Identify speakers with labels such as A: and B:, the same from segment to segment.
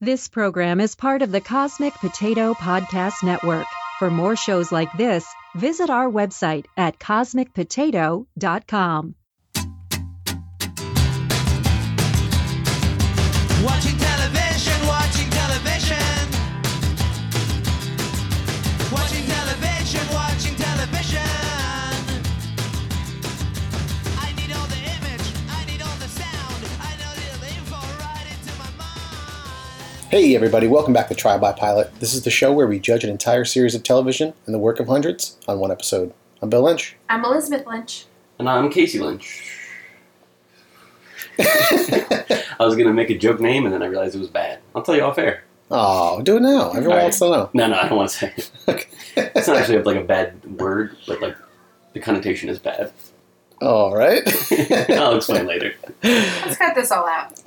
A: This program is part of the Cosmic Potato Podcast Network. For more shows like this, visit our website at cosmicpotato.com.
B: Watching television, watching television. Watching television, watching television. I need all the image, I need all the sound. I know little info right into my mind.
C: Hey, everybody, welcome back to Try by Pilot. This is the show where we judge an entire series of television and the work of hundreds on one episode. I'm Bill Lynch.
D: I'm Elizabeth Lynch.
E: And I'm Casey Lynch. I was gonna make a joke name and then I realized it was bad. I'll tell you off air.
C: Oh, do it now. Everyone
E: All
C: wants to know.
E: No, no, I don't want to say. It. It's not actually like a bad word, but like the connotation is bad.
C: All right.
E: I'll explain later.
D: Let's cut this all out.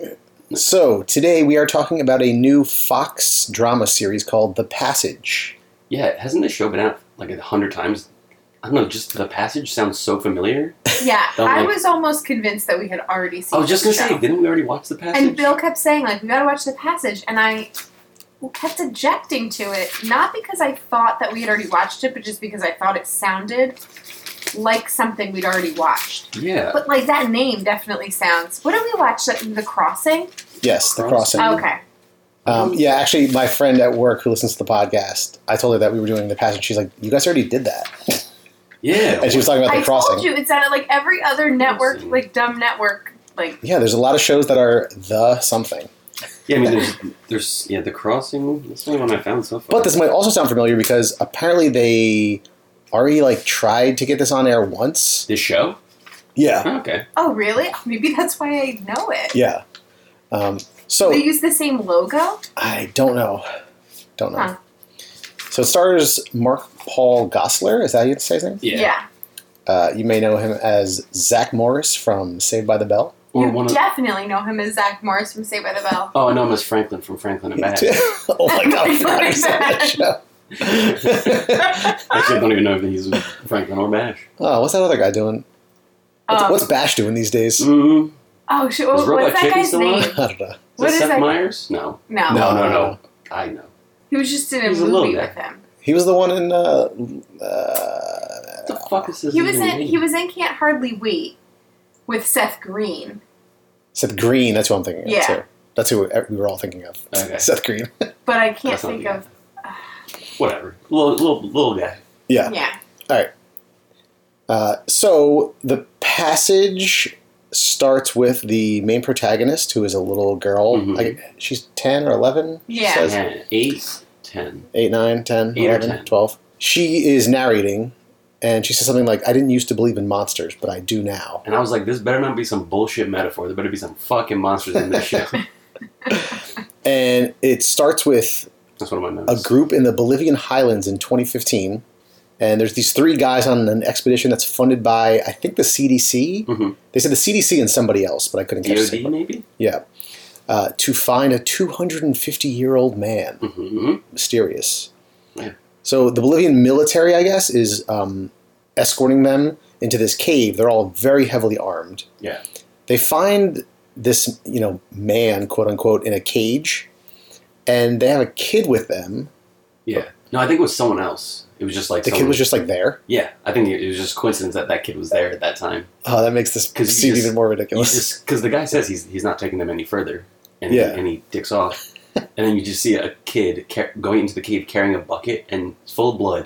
C: so, today we are talking about a new Fox drama series called The Passage.
E: Yeah, hasn't this show been out like a hundred times? I don't know. Just the passage sounds so familiar.
D: Yeah,
E: Don't
D: I
E: worry.
D: was almost convinced that we had already seen.
E: I was just gonna
D: this
E: say,
D: show.
E: didn't we already watch the passage?
D: And Bill kept saying like, "We gotta watch the passage," and I kept objecting to it, not because I thought that we had already watched it, but just because I thought it sounded like something we'd already watched.
E: Yeah.
D: But like that name definitely sounds. What did we watch? That The Crossing.
C: Yes, The
E: Cross-
C: Crossing.
D: Okay.
C: Um, yeah, actually, my friend at work who listens to the podcast, I told her that we were doing The Passage. She's like, You guys already did that.
E: Yeah.
C: And she was talking about
D: I
C: The Crossing.
D: told you it sounded like every other network,
E: Crossing.
D: like dumb network, like
C: Yeah, there's a lot of shows that are The something.
E: yeah, I mean, there's, there's, yeah, the crossing. That's the only one I found so far.
C: But this might also sound familiar because apparently they already like tried to get this on air once.
E: this show.
C: Yeah,
E: Oh, okay.
D: oh really? Maybe that's why I know it.
C: yeah. Um, so
D: They use the same logo.
C: I don't know, don't know.
D: Huh.
C: So it stars Mark Paul Gosselaar. Is that how you say his name?
E: Yeah.
D: yeah.
C: Uh, you may know him as Zach Morris from Saved by the Bell.
E: Or
D: you
E: one of.
D: definitely know him as Zach Morris from Saved by the Bell.
E: Oh, I know him as Franklin from Franklin and Bad.
C: oh my god, I forgot he was on that show.
E: Actually, I don't even know if he's with Franklin or Bash.
C: oh, what's that other guy doing? What's,
D: Um, mm.
C: what's Bash doing these days?
E: Mm-hmm.
D: oh, shit,
E: Is
D: what,
E: Robot
D: what's that
E: Chicken
D: guy's
E: still
D: name?
E: on?
C: I don't know.
D: What
E: Is
D: is
E: that Seth
D: that-
E: Myers? No.
D: No.
E: No, no,
C: Oh, no.
E: no. I know.
D: He was just in a
E: He's a little
D: movie
E: guy.
D: with him.
C: He was the one in. Uh, uh,
E: What the fuck is this?
D: He was
E: even
D: in
E: name?
D: he was in Can't Hardly Wait with Seth Green.
C: Seth Green. That's what I'm thinking of
D: Yeah.
C: too. That's who e-, we were all thinking of. uh,
E: Okay.
C: Seth Green.
D: But I can't
E: That's not
D: think
E: the
D: of
E: Whatever. Little, little, little guy.
C: Yeah.
D: yeah.
C: All right. Uh, so the passage starts with the main protagonist, who is a little girl.
E: Mhm.
C: Like, she's ten or eleven. she
D: Yeah.
C: says?
E: Yeah, eight, ten.
C: eight, nine, 10,
E: Eight or
C: 11,
E: 10.
C: 12. She is narrating, and she says something like, "I didn't used to believe in monsters, but I do now."
E: And I was like, this better not be some bullshit metaphor. There better be some fucking monsters in this show.
C: And it starts with
E: That's one of my
C: a
E: notes.
C: group in the Bolivian highlands in 2015. And there's these three guys on an expedition that's funded by, I think, the CDC.
E: Mhm.
C: They said the CDC and somebody else, but I couldn't catch
E: DOD,
C: it.
E: maybe?
C: Yeah. Uh, to find a 250 year old man.
E: hmm
C: Mysterious.
E: Yeah.
C: So the Bolivian military, I guess, is um, escorting them into this cave. They're all very heavily armed.
E: Yeah.
C: They find this, you know, man, quote unquote, in a cage. And they have a kid with them.
E: Yeah. No, I think it was someone else. It was just like
C: The
E: someone,
C: kid was just like there.
E: Yeah, I think it was just coincidence that that kid was there at that time.
C: Oh, that makes this
E: 'Cause you
C: seem
E: just-
C: even more ridiculous.
E: because the guy says he's he's not taking them any further, and
C: Yeah.
E: he, and he dicks off, and then you just see a kid car- going into the cave carrying a bucket and it's full of blood,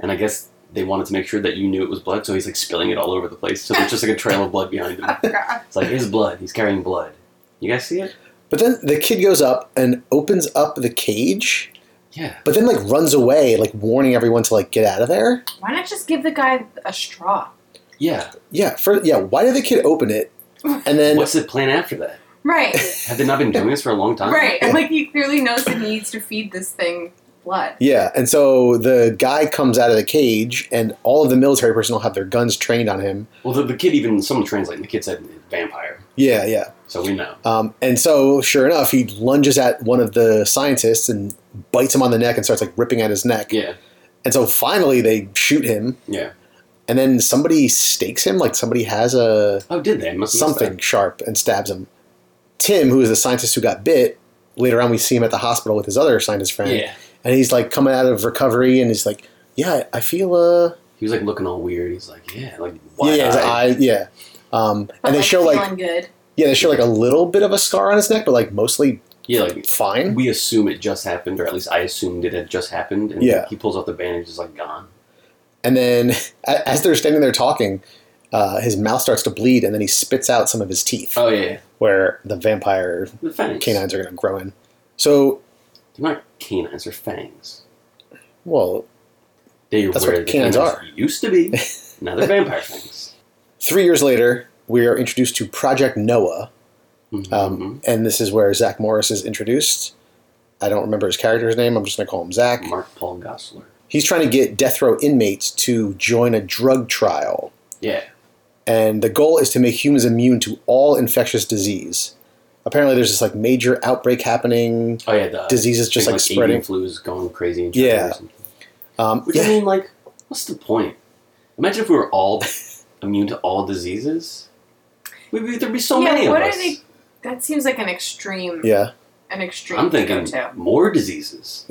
E: and I guess they wanted to make sure that you knew it was blood, so he's like spilling it all over the place. So there's just like a trail of blood behind him.
D: Oh, God.
E: It's like his blood. He's carrying blood. You guys see it?
C: but then the kid goes up and opens up the cage,
E: Yeah.
C: but then like runs away, like warning everyone to like get out of there.
D: Why not just give the guy a straw?
E: Yeah.
C: Yeah, for yeah, why did the kid open it? And then
E: What's the plan after that?
D: Right.
E: Have they not been doing this for a long time?
D: right. And like he clearly knows he needs to feed this thing blood.
C: yeah, and so the guy comes out of the cage, and all of the military personnel have their guns trained on him.
E: Well, the, the kid even someone translating the kid said vampire,
C: Yeah, yeah.
E: so we know.
C: Um, and so, sure enough, he lunges at one of the scientists and bites him on the neck and starts like ripping at his neck.
E: Yeah.
C: And so finally, they shoot him,
E: Yeah.
C: and then somebody stakes him. Like somebody has a
E: Oh, did they? I must have missed
C: something sharp and stabs him. Tim, who is the scientist who got bit, later on we see him at the hospital with his other scientist friend,
E: Yeah.
C: and he's like coming out of recovery, and he's like, "Yeah, I feel uh,
E: He was like looking all weird. He's like, yeah, like
C: yeah,
E: why?
C: yeah, his eye, yeah." Um,
D: But,
C: and they
D: like,
C: show like
D: feeling good.
C: yeah, they show like a little bit of a scar on his neck, but like mostly
E: yeah, like
C: fine.
E: we assume it just happened, or at least I assumed it had just happened. And
C: Yeah.
E: he pulls out the bandage, is like gone.
C: And then a- as they're standing there talking, uh, his mouth starts to bleed, and then he spits out some of his teeth,
E: Oh yeah, yeah.
C: where the vampire
E: the fangs.
C: canines are going to grow in. So,
E: They're not canines. They're fangs.
C: well,
E: They
C: That's
E: were
C: what
E: the
C: canines
E: canines,
C: are.
E: Used to be. now they're vampire fangs.
C: three years later, we are introduced to Project Noah,
E: Mhm,
C: um,
E: mhm.
C: and this is where Zach Morris is introduced. I don't remember his character's name. I'm just going to call him Zach.
E: Mark Paul Gossler.
C: He's trying to get death row inmates to join a drug trial,
E: Yeah.
C: and the goal is to make humans immune to all infectious disease. Apparently, there's this like major outbreak happening.
E: Oh yeah. The
C: Diseases just,
E: thing,
C: like,
E: avian
C: spreading.
E: Flu is going crazy. In China
C: Yeah.
E: Or something.
C: Um,
E: Which I
C: yeah,
E: mean, like, what's the point? Imagine if we were all immune to all diseases. We'd be, there'd be so
D: yeah,
E: many
D: what
E: of
D: are
E: us.
D: they? That seems like an extreme.
C: yeah.
D: An extreme.
E: I'm
D: to
E: thinking
D: go to.
E: more diseases.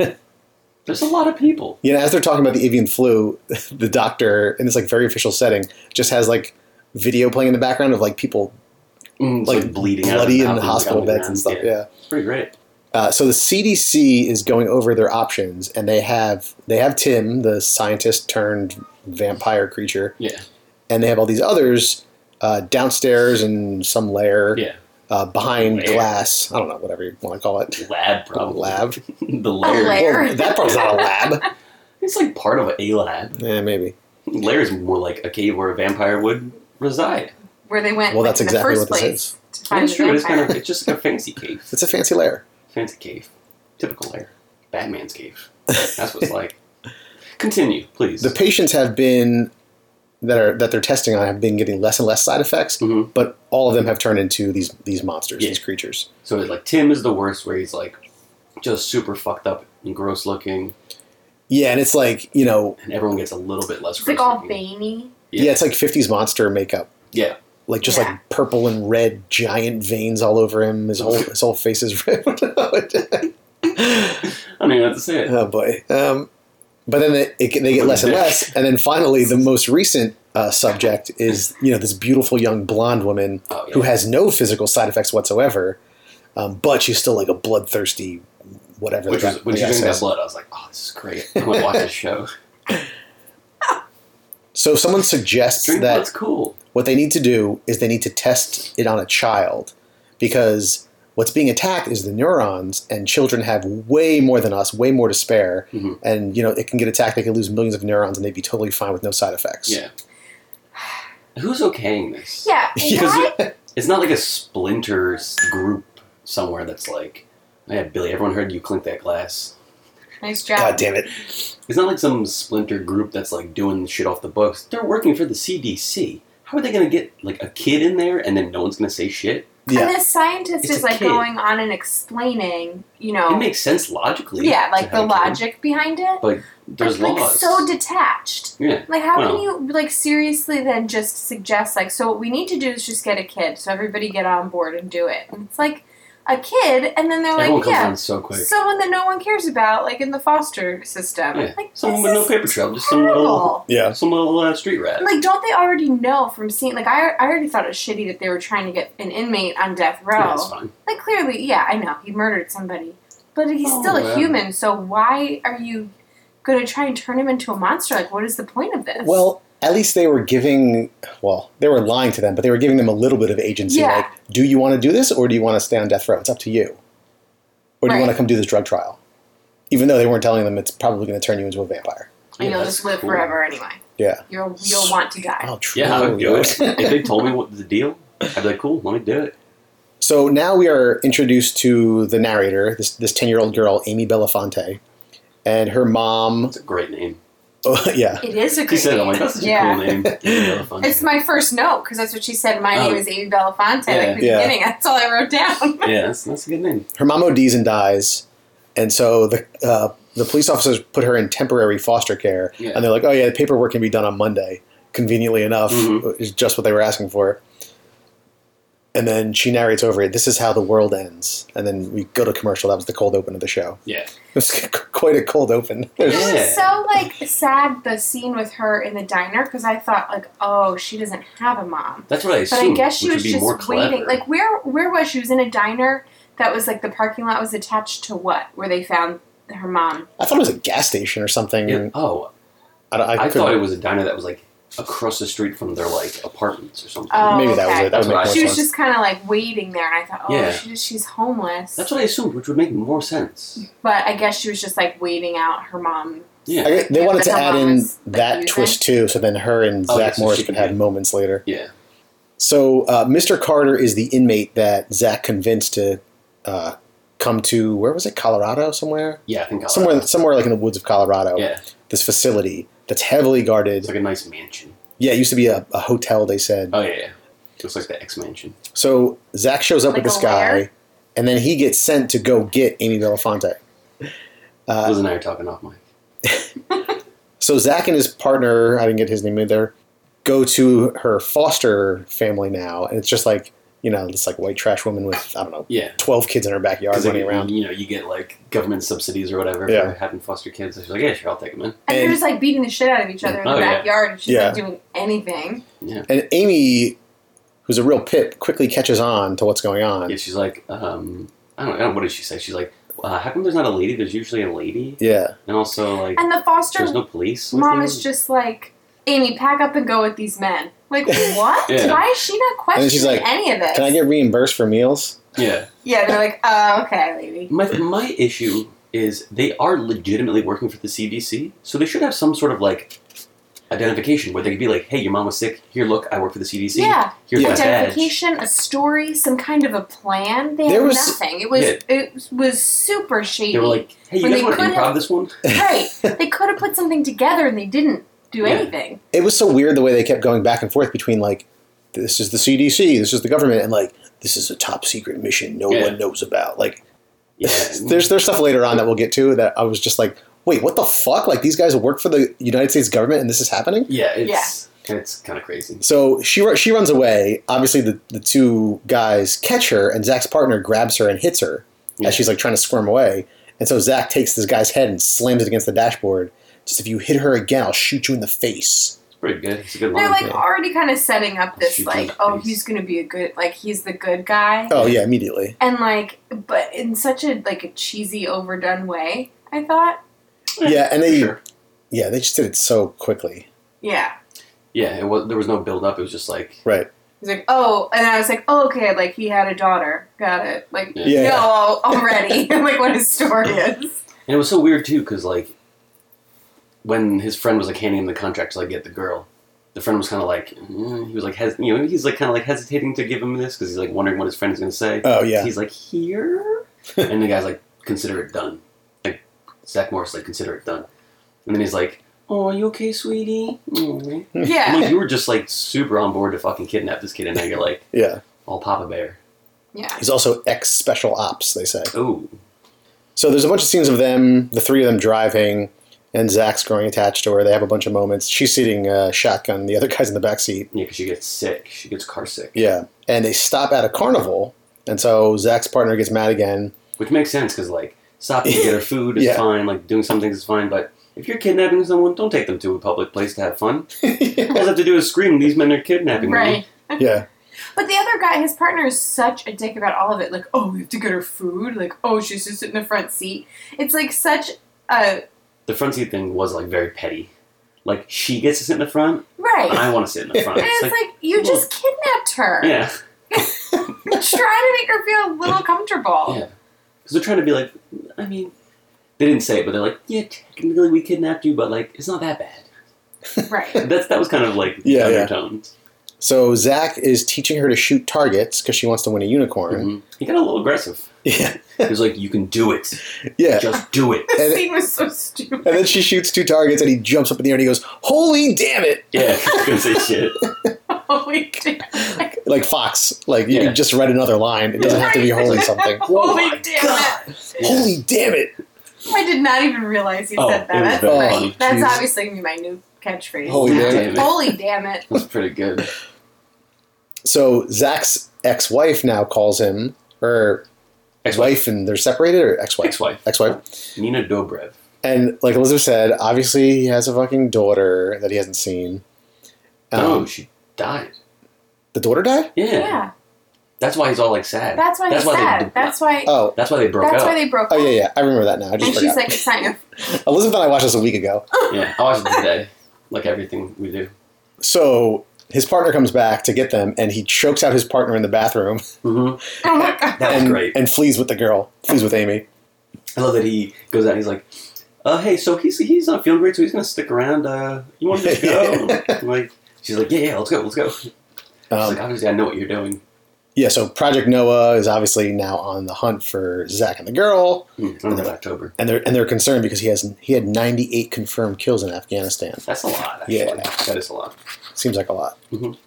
E: There's a lot of people.
C: You know, as they're talking about the avian flu, the doctor in this like very official setting just has like video playing in the background of like people
E: Mm, it's
C: like,
E: bleeding out of
C: bloody
E: their
C: in
E: mouth and
C: hospital
E: gobbling
C: beds and stuff.
E: around.
C: Yeah.
E: It's pretty great.
C: Uh, so the CDC is going over their options, and they have they have Tim, the scientist turned vampire creature,
E: Yeah,
C: and they have all these others uh, downstairs in some lair
E: yeah.
C: uh, behind
E: Lair.
C: glass. I don't know, whatever you want to call it.
E: Lab probably.
C: Lab.
E: the lair.
D: lair.
C: Well, that part's not a lab.
E: It's like part of a lab.
C: yeah, maybe.
E: Lair is more like a cave where a vampire would reside.
D: Where they went.
C: Well,
D: like,
C: that's
D: in
C: exactly
D: the
C: what
D: first
C: this
D: place To find
E: That's
D: the
E: true. It's
D: vampire.
E: kind of it's just like a fancy cave.
C: It's a fancy lair.
E: Fancy cave. Typical lair. Batman's cave. That's what it's like. Continue, please.
C: the patients have been that are that they're testing on have been getting less and less side effects,
E: Mhm.
C: but all of them have turned into these these monsters,
E: Yeah.
C: these creatures.
E: so like Tim is the worst, where he's like just super fucked up and gross looking,
C: Yeah, and it's like you know,
E: and everyone gets a little bit less.
D: It's
E: gross
D: like all
E: looking.
D: veiny.
C: yeah, it's like '50s monster makeup,
E: yeah.
C: like just
D: Yeah.
C: like purple and red, giant veins all over him. His whole his whole face is red.
E: I don't even have to say it.
C: oh boy. Um, but then they, it, they get less and less, and then finally, the most recent uh, subject is you know this beautiful young blonde woman
E: Oh, yeah.
C: who has no physical side effects whatsoever, um, but she's still like a bloodthirsty whatever.
E: Which
C: the
E: was
C: guy-
E: when
C: the
E: she
C: guy
E: drank that
C: says.
E: blood, I was like, "Oh, this is great! I'm gonna watch this show."
C: So someone suggests
E: Drink
C: that
E: blood's cool.
C: what they need to do is they need to test it on a child because what's being attacked is the neurons and children have way more than us way more to spare
E: Mhm.
C: and you know it can get attacked they can lose millions of neurons and they'd be totally fine with no side effects
E: Yeah. Who's okaying this?
D: Yeah.
C: Yes.
D: Why?
E: It's not like a splinter s- group somewhere that's like, oh, yeah, Billy, everyone heard you clink that glass.
D: nice job.
C: god damn it
E: It's not like some splinter group that's like doing shit off the books. They're working for the CDC. How are they gonna get like a kid in there and then no one's gonna say shit?
C: yeah
D: And this scientist
E: It's
D: is
E: a
D: like
E: kid.
D: going on and explaining, you
E: It
D: know,
E: makes sense logically.
D: yeah,
E: to
D: like the
E: have a kid,
D: logic behind it.
E: But there's
D: but, like
E: laws.
D: so detached.
E: yeah.
D: Like how
E: Well.
D: can you like seriously then just suggest like so what we need to do is just get a kid so everybody get on board and do it. And it's like a kid and then they're
E: Everyone
D: like
E: comes
D: yeah,
E: on so quick.
D: someone that no one cares about like in the foster system.
E: yeah.
D: Like
E: Someone
D: this
E: with no
D: is
E: paper trail, just some little,
D: terrible.
C: yeah
E: some little uh, street rat.
D: And, Like, don't they already know from seeing? Like, I, I already thought it was shitty that they were trying to get an inmate on death row.
E: Yeah, it's fine.
D: Like clearly, yeah, I know he murdered somebody, but he's
E: Oh,
D: still a
E: yeah.
D: human. So why are you going to try and turn him into a monster? Like, what is the point of this?
C: well at least they were giving well they were lying to them but they were giving them a little bit of agency
D: Yeah.
C: like do you want to do this or do you want to stay on death row it's up to you or do you
D: Right.
C: want to come do this drug trial even though they weren't telling them it's probably going to turn you into a vampire
E: Yeah,
D: you'll
E: that's
D: just live
E: cool.
D: forever anyway.
C: Yeah.
D: You'll you'll want to die.
C: Oh, true.
E: Yeah, I would do it. if they told me what the deal, I'd be like, cool, let me do it.
C: So now we are introduced to the narrator, this this ten year old girl, Amy Belafonte, and her mom.
E: It's a great name.
C: Oh, yeah,
D: It is a
E: He
D: great
E: said, it, I'm like, that's such
D: yeah.
E: a cool name. Yeah, fun.
D: It's my first note because that's what she said. My
E: Oh.
D: name is Amy Belafonte.
E: Yeah.
D: like the
C: Yeah.
D: beginning, that's all I wrote down.
E: yeah, that's, that's a good name.
C: her mom ODs and dies, and so the uh, the police officers put her in temporary foster care,
E: Yeah.
C: and they're like, "Oh yeah, the paperwork can be done on Monday." Conveniently enough, uh,
E: Mhm.
C: is just what they were asking for. and then she narrates over it. This is how the world ends, and then we go to commercial. That was the cold open of the show.
E: Yeah.
C: It was quite a cold open.
D: It
E: Yeah.
D: was so like sad the scene with her in the diner because I thought like oh she doesn't have a mom
E: That's what I
D: but
E: assumed.
D: I guess she
E: which
D: was
E: would be more
D: just
E: clever.
D: waiting like where where was she She was in a diner that was like the parking lot was attached to what where they found her mom
C: I thought it was a gas station or something.
E: Yeah, Oh,
C: I, don't- Mm. I
E: I,
C: couldn't-
E: thought it was a diner that was like across the street from their like apartments or something.
D: Oh,
C: maybe that was
D: okay.
C: it. That would
E: That's what
C: make
E: I
C: more
D: she was
C: sense.
D: just kind of like waiting there and I thought oh
E: Yeah.
D: she just, she's homeless
E: That's what I assumed, which would make more sense.
D: but I guess she was just like waiting out her mom
C: I
E: Yeah.
C: guess they
D: Yeah,
C: wanted to
D: that's how
C: add
D: mom
C: in
D: was
C: that
D: abusing.
C: twist too, so then her and
E: Oh, yeah,
C: Zach
E: so
C: Morris
E: she
C: could
E: could
C: have
E: get-
C: moments later.
E: Yeah.
C: So uh, Mr. Carter is the inmate that Zach convinced to uh, come to. Where was it? Colorado somewhere.
E: Yeah, I think I'll
C: Somewhere, somewhere like in the woods of Colorado.
E: Yeah.
C: This facility that's heavily guarded.
E: It's like a nice mansion.
C: Yeah, it used to be a, a hotel. They said.
E: Oh, yeah, yeah. Looks like the X mansion.
C: So Zach shows up
D: Like
C: with this
D: a
C: guy,
D: liar?
C: and then he gets sent to go get Amy Belafonte. Uh,
E: Liz and I are talking off mic.
C: so Zach and his partner, I didn't get his name either, go to her foster family now, and it's just like you know this like white trash woman with I don't know
E: Yeah.
C: twelve kids in her backyard
E: Because like,
C: running around.
E: you know, you get like government subsidies or whatever
C: Yeah.
E: for having foster kids. She's like, yeah, sure, I'll take them in.
D: and they're
C: And-
D: just like beating the shit out of each other in
E: Oh,
D: the
E: yeah.
D: backyard and she's
C: Yeah.
D: not doing anything
C: And Amy, who's a real pip, quickly catches on to what's going on.
E: Yeah, she's like, um, I don't, I don't know, what did she say? She's like, uh, how come there's not a lady? There's usually a lady.
C: Yeah,
E: And also, like,
D: and the foster
E: there's no police. with
D: mom
E: you.
D: is just like, Amy, pack up and go with these men. Like, what?
E: Yeah.
D: Why is she not
C: And
D: questioning
C: then she's like,
D: any of this?
C: can I get reimbursed for meals?
E: Yeah.
D: yeah, they're like, oh, okay, lady.
E: My, my issue is they are legitimately working for the CDC, so they should have some sort of, like, identification where they could be like, hey, your mom was sick. Here, look, I work for the CDC.
D: Yeah,
E: Here's my badge.
D: identification, a story, some kind of a plan. They
C: There
D: had
C: was-
D: nothing. It was
E: Yeah.
D: it was super shady.
E: They were like, hey, you
D: When
E: guys
D: they
E: want to
D: could've-
E: improv this one?
D: right? They could have put something together and they didn't do
E: Yeah.
D: anything.
C: It was so weird the way they kept going back and forth between like this is the CDC, this is the government, and like this is a top secret mission no
E: Yeah.
C: one knows about. Like
E: Yeah.
C: there's there's stuff later on that we'll get to that I was just like, wait, what the fuck? Like these guys work for the United States government and this is happening?
E: yeah, it's, it's kind of crazy.
C: So she ru- she runs away. Obviously, the, the two guys catch her, and Zach's partner grabs her and hits her
E: Yeah.
C: as she's like trying to squirm away. And so Zach takes this guy's head and slams it against the dashboard. Just if you hit her again, I'll shoot you in the face.
E: It's pretty good. It's a good
D: They're
E: line.
D: like
C: yeah.
D: already kind of setting up this
E: Shoot you in
D: like,
E: the
D: oh,
E: face.
D: he's gonna be a good like he's the good guy.
C: Oh yeah, immediately.
D: and like but in such a like a cheesy overdone way i thought
C: Yeah, and they
E: Sure.
C: yeah they just did it so quickly.
D: yeah
E: Yeah, it was, there was no build up. It was just like,
C: Right.
D: he's like oh and i was like oh okay like he had a daughter got it like
E: Yeah.
C: Yeah.
D: no already like what his story is
E: And it was so weird too, because like when his friend was like handing him the contract to like get the girl, the friend was kind of like mm, he was like hes- you know he's like kind of like hesitating to give him this because he's like wondering what his friend is gonna say.
C: Oh yeah.
E: He's like here, and the guy's like consider it done. Like Zach Morris like consider it done, and then he's like. Oh, are you okay, sweetie? Mm, Aw. I'm
D: yeah
E: like, you were just like super on board to fucking kidnap this kid, and now you're like,
C: Yeah.
E: all Papa Bear.
D: yeah
C: He's also ex special ops. They say.
E: Oh,
C: So there's a bunch of scenes of them, the three of them driving, and Zach's growing attached to her. They have a bunch of moments. She's sitting uh, shotgun. The other guy's in the back seat.
E: yeah, because she gets sick. She gets car sick.
C: Yeah, and they stop at a carnival, and so Zach's partner gets mad again.
E: Which makes sense because like stopping to get her food is
C: Yeah.
E: fine, like doing some things is fine, but if you're kidnapping someone, don't take them to a public place to have fun. All they have to do is scream, "These men are kidnapping me!"
D: right
C: Yeah,
D: but the other guy his partner is such a dick about all of it like oh we have to get her food like oh she's just in the front seat it's like such a
E: The front seat thing was like very petty. Like she gets to sit in the front,
D: right
E: and I want to sit in the front.
D: and
E: It's
D: it's
E: like,
D: like, you just kidnapped her
E: yeah,
D: try to make her feel a little comfortable
E: yeah, because they're trying to be like, I mean, they didn't say it, but they're like, yeah, technically we kidnapped you, but like it's not that bad.
D: right
E: That's that was kind of like the
C: Yeah, yeah.
E: undertones.
C: so Zach is teaching her to shoot targets because she wants to win a unicorn.
E: Mhm. He got a little aggressive.
C: Yeah,
E: He was like, "You can do it,
C: yeah.
E: just do it."
D: This
C: And-
D: scene was so stupid.
C: And then she shoots two targets, and he jumps up in the air and he goes, "Holy damn it!"
E: Yeah, I was gonna say shit.
D: Holy damn! Like,
C: Like Fox, like you
E: Yeah.
C: can just read another line. It doesn't have to be
D: Right.
C: holy something.
D: Holy
E: my
D: damn!
E: God.
D: It.
C: Holy damn it!
D: I did not even realize you
E: Oh,
D: said
E: it was
D: that. That's,
E: very
D: my-
E: funny.
D: that's
C: Jeez.
D: obviously gonna be my new catchphrase.
C: Holy
E: Yeah.
C: damn
E: it.
D: Holy damn it!
E: That's pretty good.
C: So Zach's ex-wife now calls him, or ex-wife, and they're separated, or ex-wife,
E: Ex-wife.
C: ex-wife.
E: Nina Dobrev.
C: And like Elizabeth said, obviously he has a fucking daughter that he hasn't seen. Um,
E: No, Oh, she died.
C: the daughter died.
E: Yeah.
D: Yeah,
E: That's why he's all like sad.
D: that's why he's
E: they-
D: sad. that's why.
C: Oh,
E: that's why they broke
D: that's
E: up.
D: why they broke
C: oh
D: up.
C: yeah, yeah, I remember that now. I just
D: And
C: forgot.
D: she's like Oh. a sign of
C: Elizabeth and I watched this a week ago.
E: yeah, I watched it today. Like everything we do.
C: So his partner comes back to get them, and he chokes out his partner in the bathroom
E: hmm
D: oh my god.
E: That was
C: and,
E: great.
C: and flees with the girl, flees with Amy.
E: I love that he goes out and he's like, uh, hey, so he's he's not feeling great, so he's gonna stick around. Uh, you want to just go? I'm like, she's like, yeah, yeah, let's go, let's go. She's like,
C: Um,
E: obviously, I know what you're doing.
C: yeah, so Project Noah is obviously now on the hunt for Zach and the girl,
E: Hmm, I don't know, October.
C: and they're and they're concerned because he has he had 98 confirmed kills in Afghanistan.
E: That's a lot. Actually.
C: Yeah.
E: that is a lot.
C: Seems like a lot.
E: Mhm.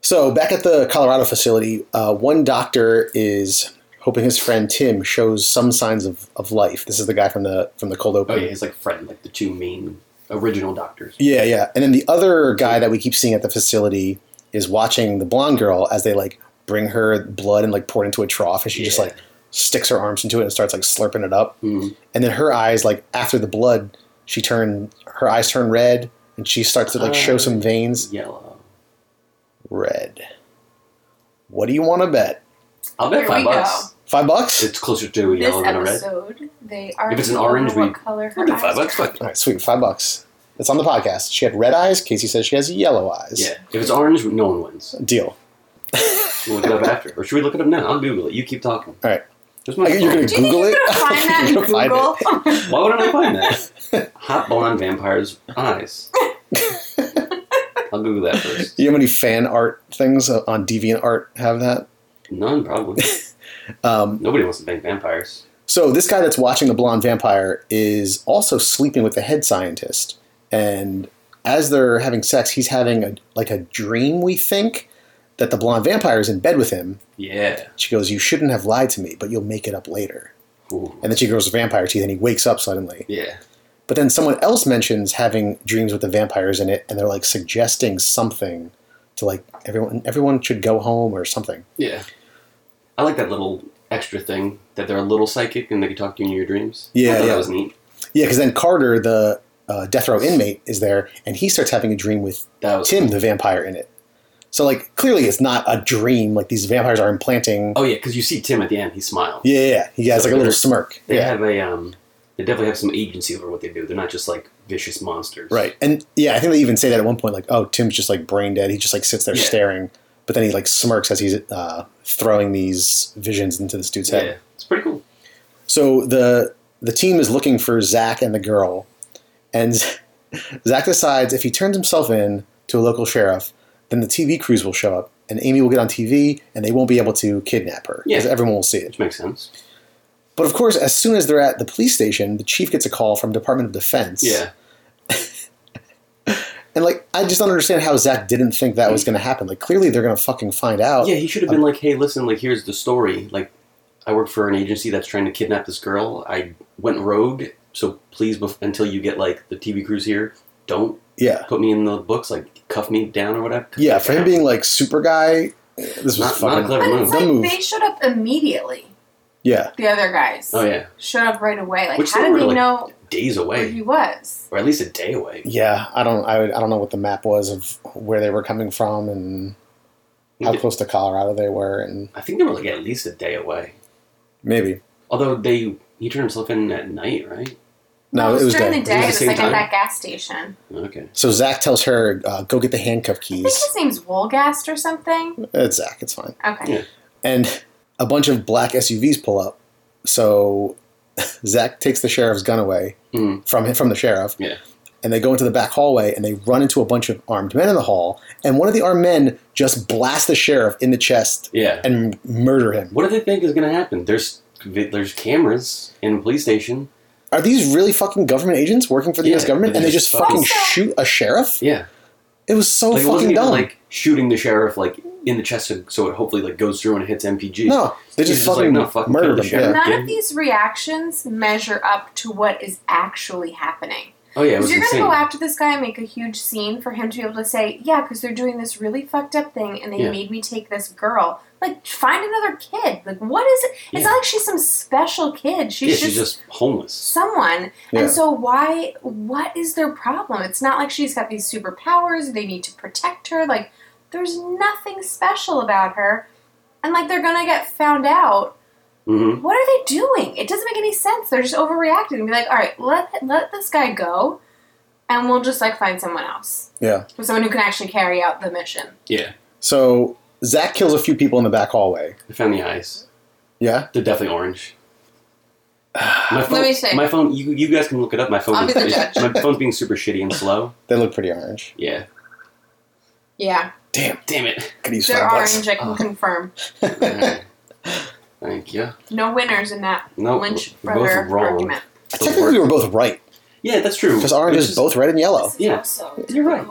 C: So back at the Colorado facility, uh, one doctor is hoping his friend Tim shows some signs of, of life. This is the guy from the from the cold
E: Oh
C: open.
E: yeah, he's like Fred, like the two main original doctors.
C: Yeah, yeah. And then the other guy that we keep seeing at the facility is watching the blonde girl as they like bring her blood and like pour it into a trough, and she just
E: Yeah.
C: like sticks her arms into it and starts like slurping it up.
E: Hmm.
C: And then her eyes, like after the blood, she turn her eyes turn red, and she starts to like show
E: Oh.
C: some veins.
E: Yellow.
C: Red. What do you want to bet?
E: I'll bet
D: Here
E: five
D: we go.
E: bucks.
C: Five bucks.
E: It's closer to a
D: This
E: yellow than a red.
D: episode, they are.
E: If it's an orange,
D: what
E: we-
D: color her
E: I'll bet
D: eyes
E: five bucks.
D: are.
E: Fuck.
C: All right, sweet. Five bucks. It's on the podcast. She had red eyes. Casey says she has yellow eyes.
E: Yeah, if it's orange, no one wins.
C: Deal.
E: We'll look it up after, or should we look it up now? I'll Google it. You keep talking.
C: All right.
E: There's
C: Are
E: my
C: you-
E: phone.
C: You're gonna
D: Do you think
C: Google
D: you're
C: it.
D: gonna find that in
C: You're gonna find it.
D: Google?
E: Why wouldn't I find that? Hot blonde vampire's eyes. I'll Google that first.
C: Do you have any fan art things uh, on DeviantArt have that?
E: None, probably.
C: Um,
E: Nobody wants to bang vampires.
C: so this guy that's watching the blonde vampire is also sleeping with the head scientist, and as they're having sex, he's having a, like a dream. We think that the blonde vampire is in bed with him.
E: Yeah.
C: She goes, "You shouldn't have lied to me, but you'll make it up later."
E: Ooh.
C: And then she grows vampire teeth, and he wakes up suddenly.
E: Yeah.
C: But then someone else mentions having dreams with the vampires in it, and they're like suggesting something to like everyone. Everyone should go home or something.
E: Yeah. I like that little extra thing that they're a little psychic and they can talk to you in your dreams. I
C: Yeah,
E: thought
C: yeah.
E: That was neat.
C: Yeah, because then Carter, the uh, death row inmate, is there, and he starts having a dream with
E: That was
C: Tim, the vampire, in it. So like clearly, it's not a dream. Like these vampires are implanting.
E: Oh yeah, because you see Tim at the end. He smiles.
C: Yeah, yeah, yeah. he has
E: So
C: like a little
E: they're-
C: smirk.
E: They
C: yeah,
E: have a um. They definitely have some agency over what they do. They're not just like vicious monsters.
C: right. And yeah, I think they even say that at one point, like, "Oh, Tim's just like brain dead. He just like sits there
E: Yeah.
C: staring." But then he like smirks as he's uh, throwing these visions into this dude's head.
E: Yeah. It's pretty cool.
C: So the the team is looking for Zach and the girl, and Zach decides if he turns himself in to a local sheriff, then the TV crews will show up, and Amy will get on TV, and they won't be able to kidnap her because
E: Yeah.
C: everyone will see it.
E: Which makes sense.
C: But of course, as soon as they're at the police station, the chief gets a call from Department of Defense.
E: Yeah.
C: and like I just don't understand how Zach didn't think that was going to happen. Like clearly they're going to fucking find out.
E: Mm. Yeah, he should have
C: uh,
E: been like, "Hey, listen, like here's the story. Like, I work for an agency that's trying to kidnap this girl. I went rogue, so please, bef- until you get like the TV crews here, don't
C: yeah,
E: put me in the books. Like, cuff me down or whatever." Cuff
C: yeah.
E: me
C: For him
E: down.
C: being like super guy, this was
E: Not- not a
C: fucking
E: clever
D: But it's
E: Don't
D: like
C: move.
D: they showed up immediately.
C: yeah.
D: The other guys
E: oh yeah,
D: showed up right away. Like,
E: Which
D: how
E: they
D: did
E: were,
D: they
E: like-
D: know
E: days
D: where he
E: away,
D: was?
E: or at least a day away.
C: Yeah, I don't, I, would- I don't know what the map was of where they were coming from and how close to Colorado they were, and
E: I think they were like at least a day away.
C: maybe
E: Although they, he turned himself in at night, right?
C: no, it was
D: during
C: day.
D: the day.
E: It
D: It
E: was
D: was,
E: the
D: like
E: same
D: at
E: time?
D: that gas station.
E: Okay.
C: So Zach tells her, uh, "Go get the handcuff
D: I think
C: keys."
D: his name's Wolgast or something.
C: It's Zach. It's fine.
D: Okay.
E: Yeah.
C: And a bunch of black SUVs pull up. So Zach takes the sheriff's gun away
E: Mm.
C: from from the sheriff.
E: Yeah.
C: And they go into the back hallway and they run into a bunch of armed men in the hall. And one of the armed men just blasts the sheriff in the chest
E: Yeah.
C: and murder him.
E: What do they think is going to happen? There's there's cameras in the police station.
C: Are these really fucking government agents working for the
E: Yeah,
C: U.S. government
E: they
C: and they
E: just
C: just fucking
D: fucking-
C: shoot a sheriff?
E: Yeah.
C: It was so
E: like it wasn't
C: fucking
E: even
C: dumb.
E: like shooting the sheriff like in the chest so, so it hopefully like goes through and hits MPG.
C: no, they
E: He's
C: just,
E: just like,
C: fucking,
E: no, fucking kill
C: murdered
E: the
C: him.
E: sheriff.
C: Yeah.
D: None
E: Yeah.
D: of these reactions measure up to what is actually happening.
E: Oh yeah, it
D: Because
E: was
D: you're
E: insane.
D: gonna go after this guy and make a huge scene for him to be able to say, "Yeah, because they're doing this really fucked up thing, and they
E: Yeah.
D: made me take this girl." Like, find another kid. Like, what is it? It's
E: Yeah.
D: not like she's some special kid. She's,
E: yeah,
D: just,
E: she's just homeless.
D: someone.
C: Yeah.
D: And so, why? What is their problem? It's not like she's got these superpowers. They need to protect her. Like, there's nothing special about her, and like they're gonna get found out.
E: hmm
D: What are they doing? It doesn't make any sense. They're just overreacting and be like, all right, let let this guy go, and we'll just like find someone else,
C: Yeah.
D: or someone who can actually carry out the mission.
E: Yeah,
C: So Zach kills a few people in the back hallway.
E: I found the eyes.
C: Yeah.
E: They're definitely orange. My phone,
D: me see.
E: My phone. You, you guys can look it up. My phone.
D: I'll
E: is,
D: be the
E: is-
D: judge.
E: My phone's being super shitty and slow.
C: They look pretty orange.
E: Yeah.
D: Yeah,
C: Damn.
E: Damn it.
C: Could use
D: they're
C: five bucks.
D: orange. I can
E: Oh.
D: confirm.
E: Alright. Thank you.
D: No winners in that
E: No,
D: Lynch
E: we're both
D: brother
E: wrong.
D: argument.
C: Technically, we were both right
E: Yeah, that's true.
C: because orange
E: It's
C: is both red and yellow.
D: This is
E: Yeah.
D: so
E: You're right.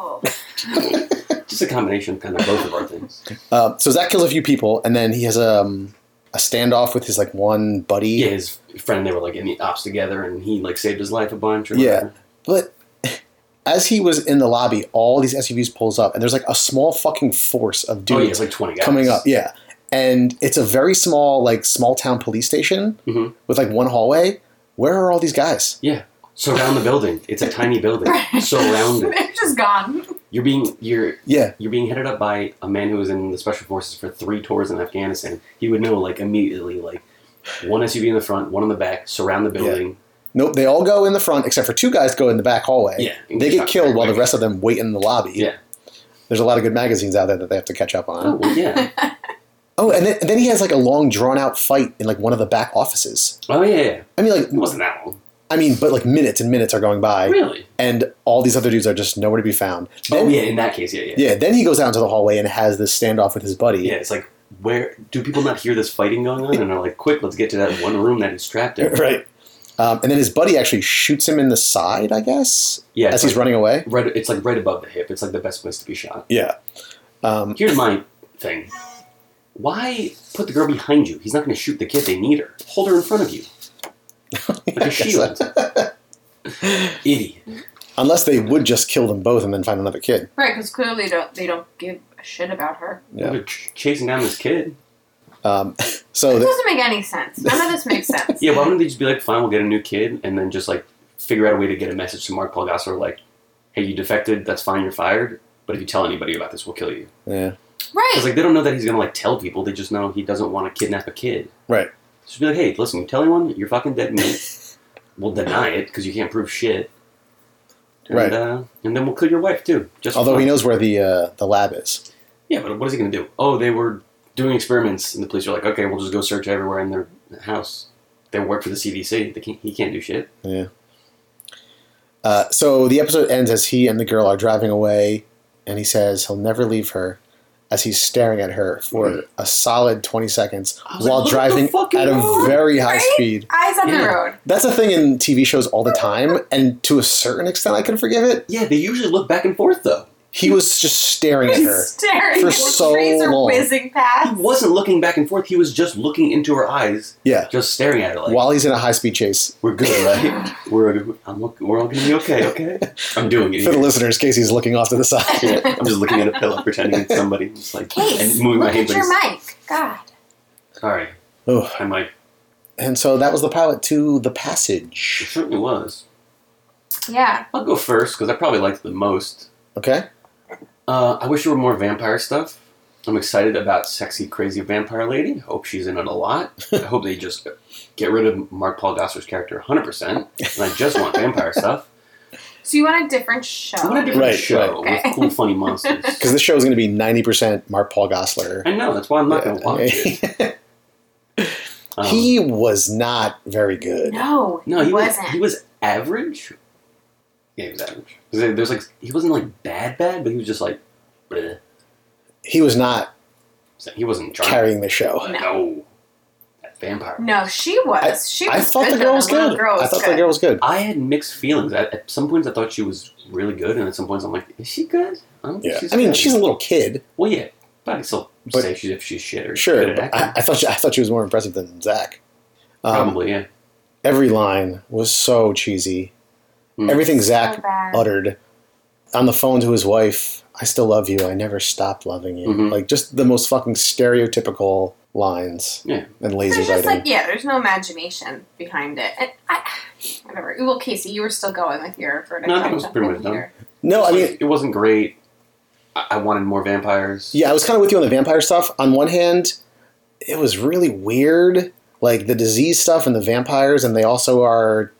D: difficult.
E: Just a combination of kind of both of our things.
C: Uh, so Zach kills a few people, and then he has um, a standoff with his like one buddy.
E: Yeah, his friend. They were like in the ops together, and he like saved his life a bunch. Or
C: Yeah.
E: whatever. Oh,
C: But as he was in the lobby, all these SUVs pulls up, and there's like a small fucking force of
E: Oh yeah,
C: dudes
E: it's like twenty guys
C: coming up. Yeah, and it's a very small like small town police station
E: Mhm.
C: with like one hallway. Where are all these guys?
E: Yeah. Surround the building. It's a tiny building. Surround it.
D: They're just gone.
E: You're being you're
C: Yeah,
E: you're being headed up by a man who was in the special forces for three tours in Afghanistan. He would know like immediately like one SUV in the front, one in the back, surround the building.
C: nope. They all go in the front except for two guys go in the back hallway.
E: Yeah, and
C: they
E: get
C: get
E: shot
C: killed while the
E: back.
C: rest of them wait in the lobby.
E: Yeah.
C: There's a lot of good magazines out there that they have to catch up on.
E: Oh well, yeah.
C: Oh, and then, and then he has like a long, drawn out fight in like one of the back offices.
E: Oh yeah, yeah.
C: I mean,
E: It
C: like,
E: wasn't that long.
C: I mean, but like minutes and minutes are going by,
E: Really?
C: and all these other dudes are just nowhere to be found. Then,
E: Oh yeah, in that case, yeah, yeah.
C: yeah. Then he goes out into the hallway and has this standoff with his buddy.
E: Yeah, it's like where do people not hear this fighting going on? And they're like, quick, let's get to that one room that he's trapped in.
C: right. Um, and then his buddy actually shoots him in the side, I guess,
E: Yeah,
C: as
E: it's
C: he's
E: like
C: running away.
E: right it's like right above the hip. It's like the best place to be shot.
C: Yeah. Um,
E: Here's my thing. Why put the girl behind you? He's not going to shoot the kid. They need her. Hold her in front of you. Like
C: I
E: a
C: guess
E: shield. Idiot.
C: unless they would just kill them both and then find another kid.
D: Right, because clearly don't they don't give a shit about her.
C: Yeah.
E: They're ch- chasing down this kid.
C: Um, so
D: It
C: the,
D: doesn't make any sense. None of this makes sense.
E: Oh, Yeah, why wouldn't they just be like, fine, we'll get a new kid, and then just like figure out a way to get a message to Mark Paul Gossler like, hey, you defected, that's fine, you're fired, but if you tell anybody about this, we'll kill you.
C: yeah,
D: Right.
E: Because like they don't know that he's gonna like tell people, they just know he doesn't want to kidnap a kid.
C: right.
E: Just be like, hey, listen, you tell anyone, you're fucking dead meat. we'll deny it because you can't prove shit. And,
C: Right.
E: Uh, and then we'll kill your wife too. Just for
C: Although he
E: fun.
C: knows where the uh, the lab is.
E: Yeah, but what is he gonna do? Oh, they were doing experiments, and the police are like, okay, we'll just go search everywhere in their house. They work for the CDC. They can't, he can't do shit.
C: Yeah. Uh, so the episode ends as he and the girl are driving away, and he says he'll never leave her as he's staring at her for
E: Mhm.
C: a solid 20 seconds
E: I was like,
C: while
E: "Look at
C: driving
E: the fucking
C: at a
E: road."
C: very high
D: Right?
C: speed.
D: Eyes on the
E: Yeah.
D: road.
C: That's a thing in TV shows all the time, and to a certain extent, I can forgive it.
E: Yeah, they usually look back and forth though.
C: He was just staring at her.
D: staring
C: For
D: at
C: so
D: the trees
C: long.
D: are whizzing
E: He
D: past.
E: wasn't looking back and forth. He was just looking into her eyes,
C: Yeah,
E: just staring at her like,
C: while he's in a high speed chase.
E: "We're good, right? we're I'm, okay- we're all gonna be okay, okay? I'm doing it."
C: For the
E: here.
C: listeners, Casey's looking off to the side.
E: Yeah, I'm just looking at a pillow, pretending it's somebody, just like
D: Case,
E: and moving my
D: look
E: hand.
D: at your
E: like,
D: mic. God.
E: Sorry,
C: Ugh.
E: I'm like,
C: And so that was the pilot to The
E: it
C: Passage.
E: certainly was.
D: Yeah.
E: I'll go first because I probably liked it the most.
C: Okay?
E: Uh, I wish there were more vampire stuff. I'm excited about sexy, crazy vampire lady. Hope she's in it a lot. I hope they just get rid of Mark Paul Gossler's character 100. percent And I just want vampire stuff.
D: So you want a different show?
E: I want a different
C: Right,
E: show
D: right.
E: with cool, funny monsters.
C: Because this show is going to be 90% Mark Paul Gossler.
E: I know that's why I'm not going to
C: Yeah, I
E: watch
C: mean-
E: it. Um,
C: he was not very good.
D: no,
E: no, he was
D: wasn't.
E: he was average. Yeah, he was average. 'Cause there- There's like he wasn't like bad, bad, but he was just like, bleh.
C: He was not
E: So he wasn't charming.
C: carrying the show.
D: No.
E: No. That vampire.
D: no, she was. she was
C: I thought
D: good
C: the girl
D: though.
C: was
D: little
C: good.
D: Girl was
C: I thought
D: good.
C: the girl was good.
E: I had mixed feelings. At, at some points, I thought she was really good, and at some points, I'm like, is she good? I don't think
C: Yeah. I mean,
E: good.
C: she's a little kid,
E: well, yeah, but I still
C: But-
E: say she's if she's shit or good
C: sure.
E: at
C: But
E: acting.
C: I, I thought she, I thought she was more impressive than Zach. Um,
E: probably yeah.
C: Every line was so cheesy,
E: Mm.
C: Everything Zach
D: so bad.
C: uttered on the phone to his wife, I still love you. I never stop loving you.
E: Mhm.
C: Like just the most fucking stereotypical lines
E: Yeah.
C: and lazy
D: There's just
C: writing.
D: like yeah, there's no imagination behind it. And I, whatever. Well, Casey, you were still going with your verdict.
E: No, I
D: I'll
E: was
D: jump
E: pretty
D: in
E: much done.
D: here.
C: no, I mean,
E: it wasn't great. I, I wanted more vampires.
C: yeah, I was kind of with you on the vampire stuff. On one hand, it was really weird, like the disease stuff and the vampires, and they also are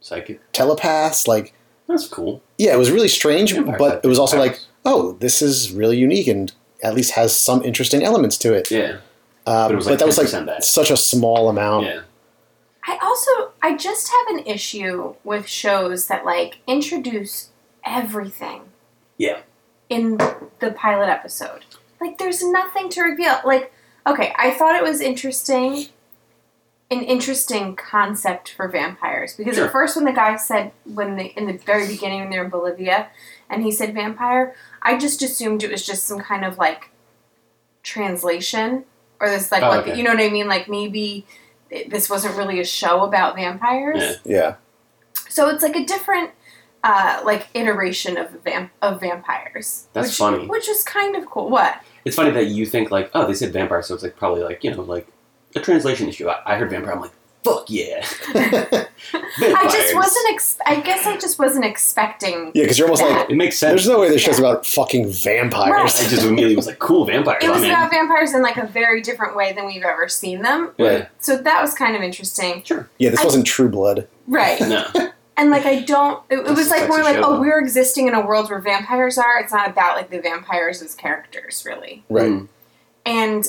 E: Psychic.
C: telepaths. Like,
E: That's cool.
C: yeah, it was really strange,
E: Vampires
C: but
E: have
C: it was also like,
E: vampires.
C: oh, this is really unique and at least has some interesting elements to it.
E: Yeah.
C: Uh,
E: But
C: but,
E: it was like
C: that was
E: 10%
C: like
E: that.
C: such a small amount.
E: yeah.
D: I also I just have an issue with shows that like introduce everything.
E: Yeah.
D: In the pilot episode. Like there's nothing to reveal. Like okay, I thought it was interesting an interesting concept for vampires because
E: Sure.
D: at first when the guy said when they in the very beginning when they were in Bolivia and he said vampire, I just assumed it was just some kind of like translation or this like,
E: Oh,
D: like
E: okay.
D: you know what I mean like maybe it- this wasn't really a show about vampires.
E: Yeah.
C: yeah.
D: So it's like a different uh, like iteration of vamp- of vampires.
E: That's
D: which,
E: funny.
D: Which is kind of cool. What?
E: It's funny that you think like, oh, they said vampire, so it's like probably like you know like a translation issue. I, I heard vampire, I'm like, fuck yeah.
D: I
E: Vampires.
D: just wasn't. Ex- I guess I just wasn't expecting.
C: Yeah, because you're almost like,
E: It makes sense.
C: there's no way this show's about fucking vampires.
D: Right.
E: I just immediately was like, cool vampires.
D: It was
E: I'm in.
D: about vampires in like a very different way than we've ever seen them.
E: Yeah.
D: So that was kind of interesting,
E: Sure.
C: Yeah, this
D: I-
C: wasn't True Blood.
D: right?
E: No.
D: And like I don't. It, it
E: That's
D: was
E: a
D: like more
E: sexy
D: like,
E: show,
D: oh,
E: though.
D: we're existing in a world where vampires are. It's not about like the vampires as characters, really.
C: Right.
E: Mm.
D: and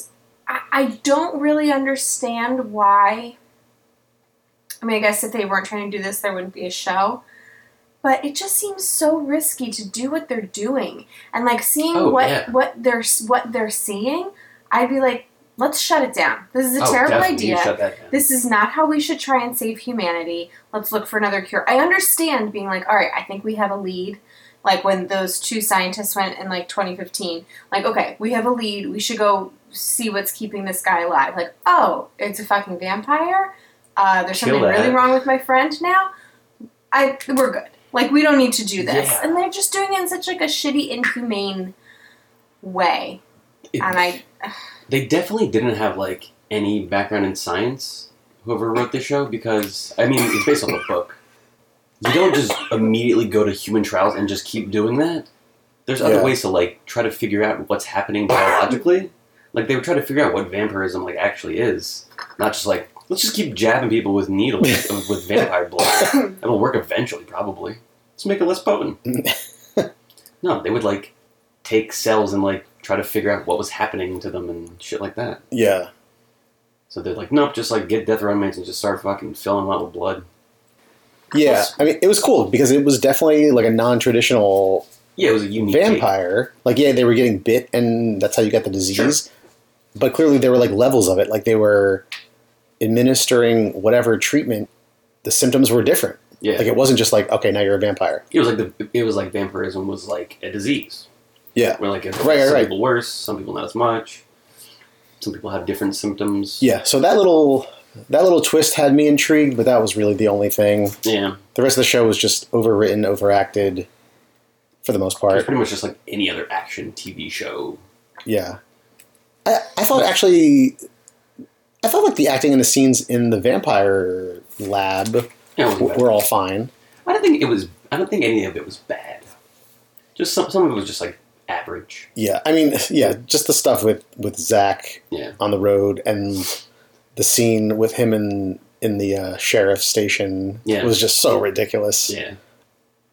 D: I, I don't really understand why. I mean, I guess if they weren't trying to do this, there wouldn't be a show. But it just seems so risky to do what they're doing, and like seeing
E: Oh,
D: what
E: yeah.
D: what they're s- what they're seeing, I'd be like, let's shut it down. This is a
E: Oh,
D: terrible
E: definitely. You
D: idea.
E: shut that down.
D: This is not how we should try and save humanity. Let's look for another cure. I understand being like, all right, I think we have a lead. Like when those two scientists went in like 2015, like, okay, we have a lead. We should go see what's keeping this guy alive. Like, oh, it's a fucking vampire. Uh, there's
E: Kill
D: something really
E: that.
D: wrong with my friend now. I we're good. Like we don't need to do this.
E: Yeah.
D: And they're just doing it in such like a shitty, inhumane way.
E: It-
D: And I
E: They definitely didn't have like any background in science. Whoever wrote this show, because I mean, it's based off a book. You don't just immediately go to human trials and just keep doing that. There's other
C: Yeah.
E: ways to like try to figure out what's happening biologically. Like they were trying to figure out what vampirism like actually is, not just like let's just keep jabbing people with needles with- with vampire blood. That'll work eventually, probably. Let's make it less potent. no, they would like take cells and like try to figure out what was happening to them and shit like that.
C: Yeah.
E: So they're like, nope, just like get death row inmates and just start fucking filling them out with blood.
C: Yeah. I mean, it was cool because it was definitely like a non traditional
E: Yeah, it was a unique take.
C: vampire. Like, yeah, they were getting bit and that's how you got the disease. But clearly there were like levels of it. Like, they were administering whatever treatment, the symptoms were different.
E: Yeah,
C: Like, it wasn't just like, okay, now you're a vampire.
E: it was like the it was like vampirism was like a disease.
C: Yeah.
E: where like it,
C: Right, right,
E: some
C: right.
E: people worse, some people not as much. Some people have different symptoms.
C: Yeah. So that little. That little twist had me intrigued, but that was really the only thing.
E: yeah.
C: The rest of the show was just overwritten, overacted, for the most
E: It was
C: part.
E: pretty much just like any other action TV show.
C: Yeah. I, I thought actually, I thought like the acting and the scenes in the vampire lab
E: Yeah,
C: w-
E: it wasn't bad.
C: were all fine.
E: I don't think it was. I don't think any of it was bad. Just some some of it was just like average.
C: Yeah, I mean, yeah, just the stuff with with Zach
E: Yeah,
C: on the road and the scene with him in in the uh, sheriff's station
E: Yeah.
C: was just so ridiculous.
E: yeah.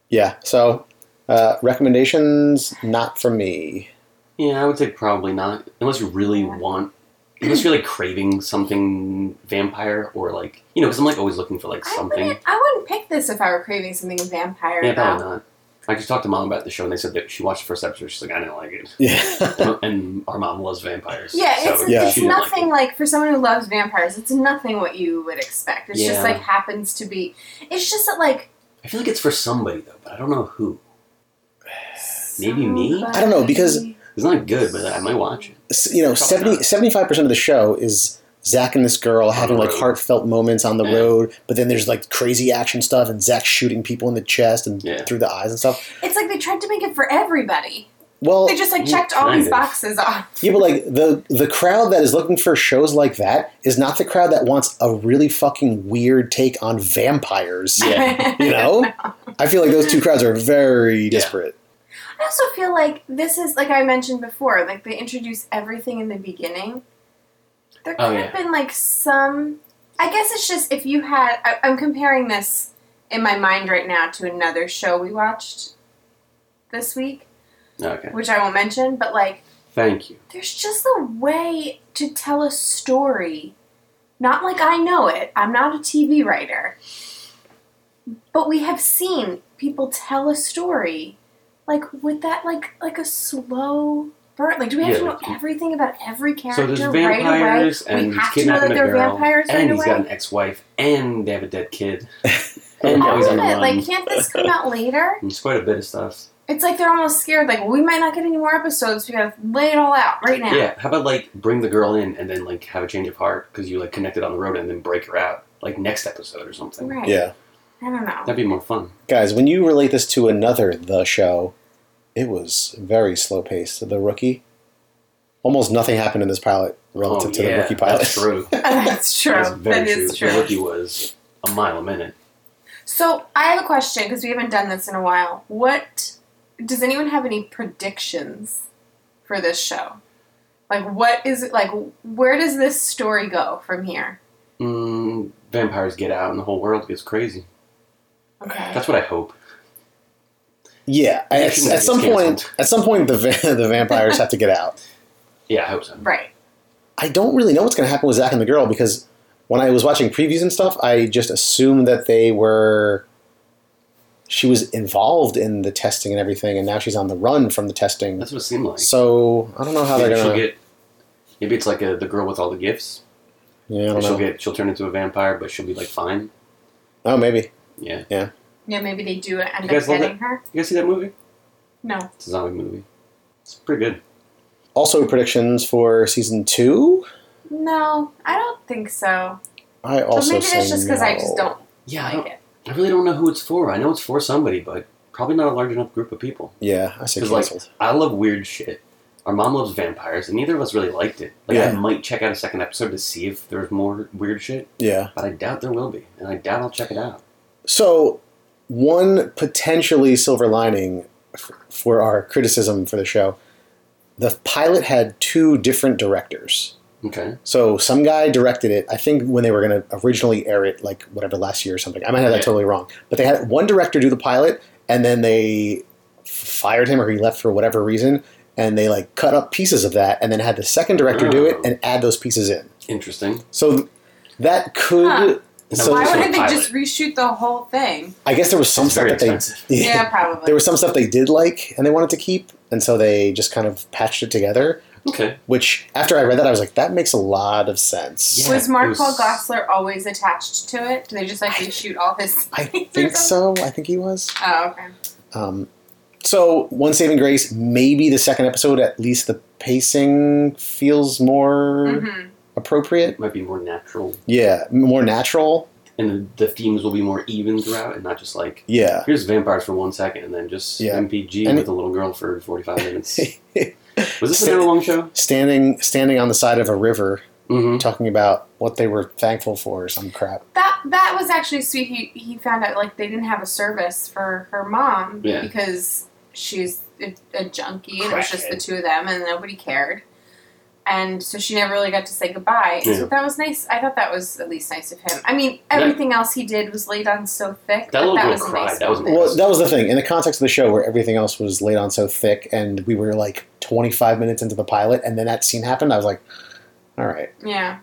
C: Yeah, so. Uh, recommendations not from me.
E: Yeah, I would say probably not. Unless you really want, unless you're like craving something vampire or like, you know, because I'm like always looking for like
D: I
E: something.
D: wouldn't I wouldn't pick this if I were craving something vampire.
E: Yeah,
D: about.
E: probably not. I just talked to mom about the show and they said that she watched the first episode. She's like, I didn't like it.
C: Yeah,
E: And- and our mom loves vampires.
D: Yeah, it's,
E: so
C: yeah.
D: it's
E: she didn't like
D: nothing
E: it.
D: like, for someone who loves vampires, it's nothing what you would expect. It's
E: Yeah.
D: just like happens to be. It's just that like
E: I feel like it's for somebody though, but I don't know who. Maybe me?
C: I don't know, because-
D: somebody-
E: It's not good, but I might watch it.
C: S- you know,
E: Probably
C: 70, 75% of the show is Zach and this girl
E: the
C: having like
E: road.
C: heartfelt moments on the
E: Yeah.
C: road, but then there's like crazy action stuff and Zach shooting people in the chest and
E: Yeah.
C: through the eyes and stuff.
D: It's like they tried to make it for everybody.
C: Well,
D: They just like checked all
E: kind
D: these
E: of.
D: boxes off.
C: yeah, but like the the crowd that is looking for shows like that is not the crowd that wants a really fucking weird take on vampires.
E: Yeah.
C: You know, I feel like those two crowds are very disparate.
D: I also feel like this is like I mentioned before, like they introduce everything in the beginning. There could
E: Oh,
D: have been like some. I guess it's just if you had. I, I'm comparing this in my mind right now to another show we watched this week,
E: Okay.
D: which I won't mention, but like
E: Thank you.
D: there's just a way to tell a story. Not like I know it. I'm not a TV writer. But we have seen people tell a story like with that like like a slow burn. Like do we have
E: Yeah,
D: to know
E: like-
D: everything about every
E: So
D: character
E: there's
D: right away?
E: vampires, and
D: we
E: he's
D: have to know
E: kidnapping
D: that
E: a
D: they're
E: girl,
D: vampires
E: and
D: right
E: he's got an
D: away.
E: ex-wife, and they have a dead kid, and
D: I
E: now he's
D: love
E: on
D: it.
E: the run.
D: Like can't this come out later?
E: It's quite a bit of stuff.
D: It's like they're almost scared, like we might not get any more episodes, we gotta lay it all out right now.
E: Yeah, how about like bring the girl in and then like have a change of heart because you like connected on the road and then break her out like next episode or something.
D: Right.
C: Yeah,
D: I don't know.
E: That'd be more fun.
C: guys, when you relate this to another the show, it was very slow paced. The rookie, almost nothing happened in this pilot relative
E: oh,
C: to
E: yeah,
C: the rookie pilot.
E: That's true.
D: That's true.
E: That's very
D: That is
E: The rookie was a mile a minute.
D: So I have a question because we haven't done this in a while. What does anyone have any predictions for this show? Like, what is it like? Where does this story go from here?
E: Mm, vampires get out and the whole world gets crazy.
D: Okay.
E: That's what I hope.
C: Yeah,
E: Yeah,
C: at,
E: she might
C: at
E: get
C: some point,
E: canceled.
C: at some point, the va- the vampires have to get out.
E: Yeah, I hope so.
D: Right.
C: I don't really know what's going to happen with Zack and the girl because when I was watching previews and stuff, I just assumed that they were. She was involved in the testing and everything, and now she's on the run from the testing.
E: That's what it seemed like.
C: So I don't know how
E: maybe
C: they're
E: she'll
C: gonna.
E: get. Maybe it's like a, the girl with all the gifts.
C: yeah, I don't
E: she'll
C: know.
E: get. She'll turn into a vampire, but she'll be like fine.
C: oh, maybe.
E: Yeah.
D: Yeah, maybe they do end
E: You
D: up
E: guys love
D: getting her.
E: You guys see that movie?
D: No.
E: It's a zombie movie. It's pretty good.
C: Also, predictions for season two.
D: No, I don't think so.
C: I
D: But
C: also
D: maybe that's
C: say
D: just because I just
C: no.
D: don't
E: Yeah, I don't-
D: like it.
E: I really don't know who it's for. I know it's for somebody, but probably not a large enough group of people.
C: Yeah, I say
E: 'Cause, like,
C: canceled.
E: I love weird shit. Our mom loves vampires, and neither of us really liked it. Like,
C: Yeah.
E: I might check out a second episode to see if there's more weird shit,
C: yeah.
E: but I doubt there will be, and I doubt I'll check it out.
C: So, one potentially silver lining f- for our criticism for the show the pilot had two different directors.
E: Okay.
C: So, some guy directed it, I think, when they were going to originally air it, like whatever, last year or something. I might have that
E: Yeah.
C: totally wrong. But they had one director do the pilot, and then they f- fired him or he left for whatever reason. And they like cut up pieces of that, and then had the second director do it
E: Oh.
C: and add those pieces in.
E: Interesting.
C: So th- that could.
D: Huh.
E: So
D: Why
E: it's
D: wouldn't
E: a
D: they
E: pilot.
D: just reshoot the whole thing?
C: I guess there was some
E: It's
C: stuff
E: very
C: that they
E: expensive.
D: Yeah, probably.
C: there was some stuff they did like and they wanted to keep, and so they just kind of patched it together.
E: Okay.
C: Which, after I read that, I was like, that makes a lot of sense.
E: Yeah,
D: was Mark
E: it was-
D: Paul Gosselaar always attached to it? Do they just like
C: I-
D: reshoot all his?
C: I
D: things or
C: think
D: something?
C: so. I think he was.
D: Oh, okay.
C: Um, so, one saving grace, maybe the second episode, at least the pacing feels more
D: Mm-hmm.
C: appropriate.
E: It might be more natural,
C: Yeah, more natural.
E: and the, the themes will be more even throughout, and not just like
C: Yeah.
E: here's vampires for one second, and then just
C: Yeah.
E: MPG
C: And-
E: with a little girl for forty-five minutes. Was this an hour-long show?
C: standing, standing on the side of a river,
E: Mm-hmm.
C: talking about what they were thankful for, or some crap.
D: That that was actually sweet. He he found out like they didn't have a service for her mom
E: Yeah.
D: because she's a, a junkie. and It was just the
E: Crackhead.
D: two of them, and nobody cared. And so she never really got to say goodbye. And
E: Yeah.
D: So that was nice. I thought that was at least nice of him. I mean, everything else he did was laid on so thick.
E: That
D: but
E: little
D: that
E: girl
D: was a
E: cried.
D: Nice
E: That was
D: moment.
C: Well, that was the thing. In the context of the show, where everything else was laid on so thick, and we were like 25 minutes into the pilot, and then that scene happened, I was like, all right.
D: yeah.
E: Mm-hmm.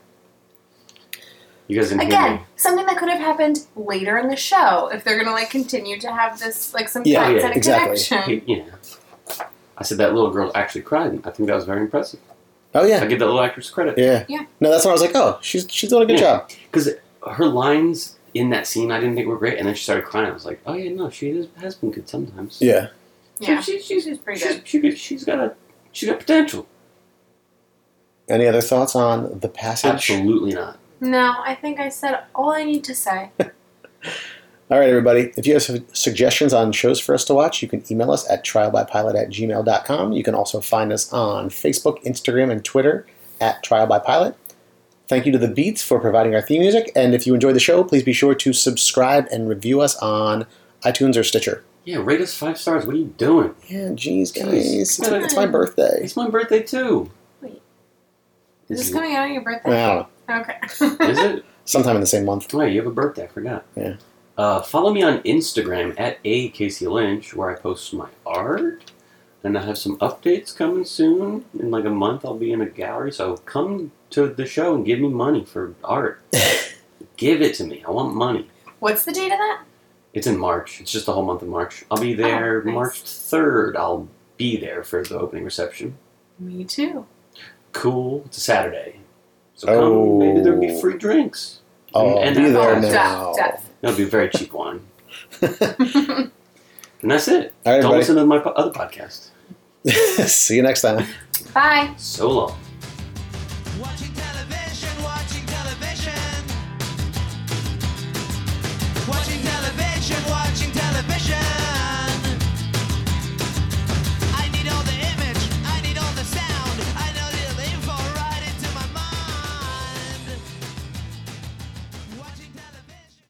E: You guys didn't hear me.
D: Again, something that could have happened later in the show if they're gonna like continue to have this like some
C: Yeah,
D: thoughts
E: yeah,
D: and a
C: exactly.
D: connection.
E: Hey, yeah. I said that little girl actually cried. and I think that was very impressive.
C: Oh,
E: I
C: yeah.
E: give that little actress credit.
C: Yeah.
D: Yeah.
C: No, that's when I was like, oh, she's, she's doing a good
E: Yeah.
C: job.
E: Because her lines in that scene I didn't think were great, and then she started crying. I was like, oh, yeah, no, she is, has been good sometimes.
C: Yeah.
D: Yeah,
E: She, she's,
D: she's pretty
E: she's,
D: good.
E: she, she's got a, she's got potential.
C: Any other thoughts on the passage?
E: Absolutely not.
D: No, I think I said all I need to say.
C: All right, everybody. If you have su- suggestions on shows for us to watch, you can email us at trialbypilot at gmail.com. You can also find us on Facebook, Instagram, and Twitter at Trial by Pilot. Thank you to The Beats for providing our theme music. And if you enjoyed the show, please be sure to subscribe and review us on iTunes or Stitcher.
E: Yeah, rate us five stars. What are you doing?
C: Yeah, geez, guys.
E: Jeez.
C: It's, it's my birthday.
E: It's my birthday too.
D: Wait. Is
E: Is
D: this
E: it?
D: coming out on your
C: I mean,
D: birthday?
C: I don't know.
D: Okay.
E: Is it?
C: Sometime in the same month.
E: Oh, you have a birthday. I forgot.
C: Yeah.
E: Uh, follow me on Instagram at a Casey Lynch, where I post my art, and I have some updates coming soon. In like a month, I'll be in a gallery. So come to the show and give me money for art. give it to me. I want money.
D: What's the date of that?
E: It's in March. It's just the whole month of March. I'll be there
D: Oh, nice.
E: March third. I'll be there for the opening reception.
D: Me too.
E: Cool. It's a Saturday. So
C: Oh.
E: come. Maybe there'll be free drinks.
C: Oh,
E: And-
C: be
E: and
C: there
E: Oh,
C: now.
D: Death, death.
E: That'll be a very cheap wine. and that's it.
C: All right,
E: Don't
C: everybody.
E: listen to my po- other podcast.
C: See you next time.
D: Bye.
E: So long.
B: Watching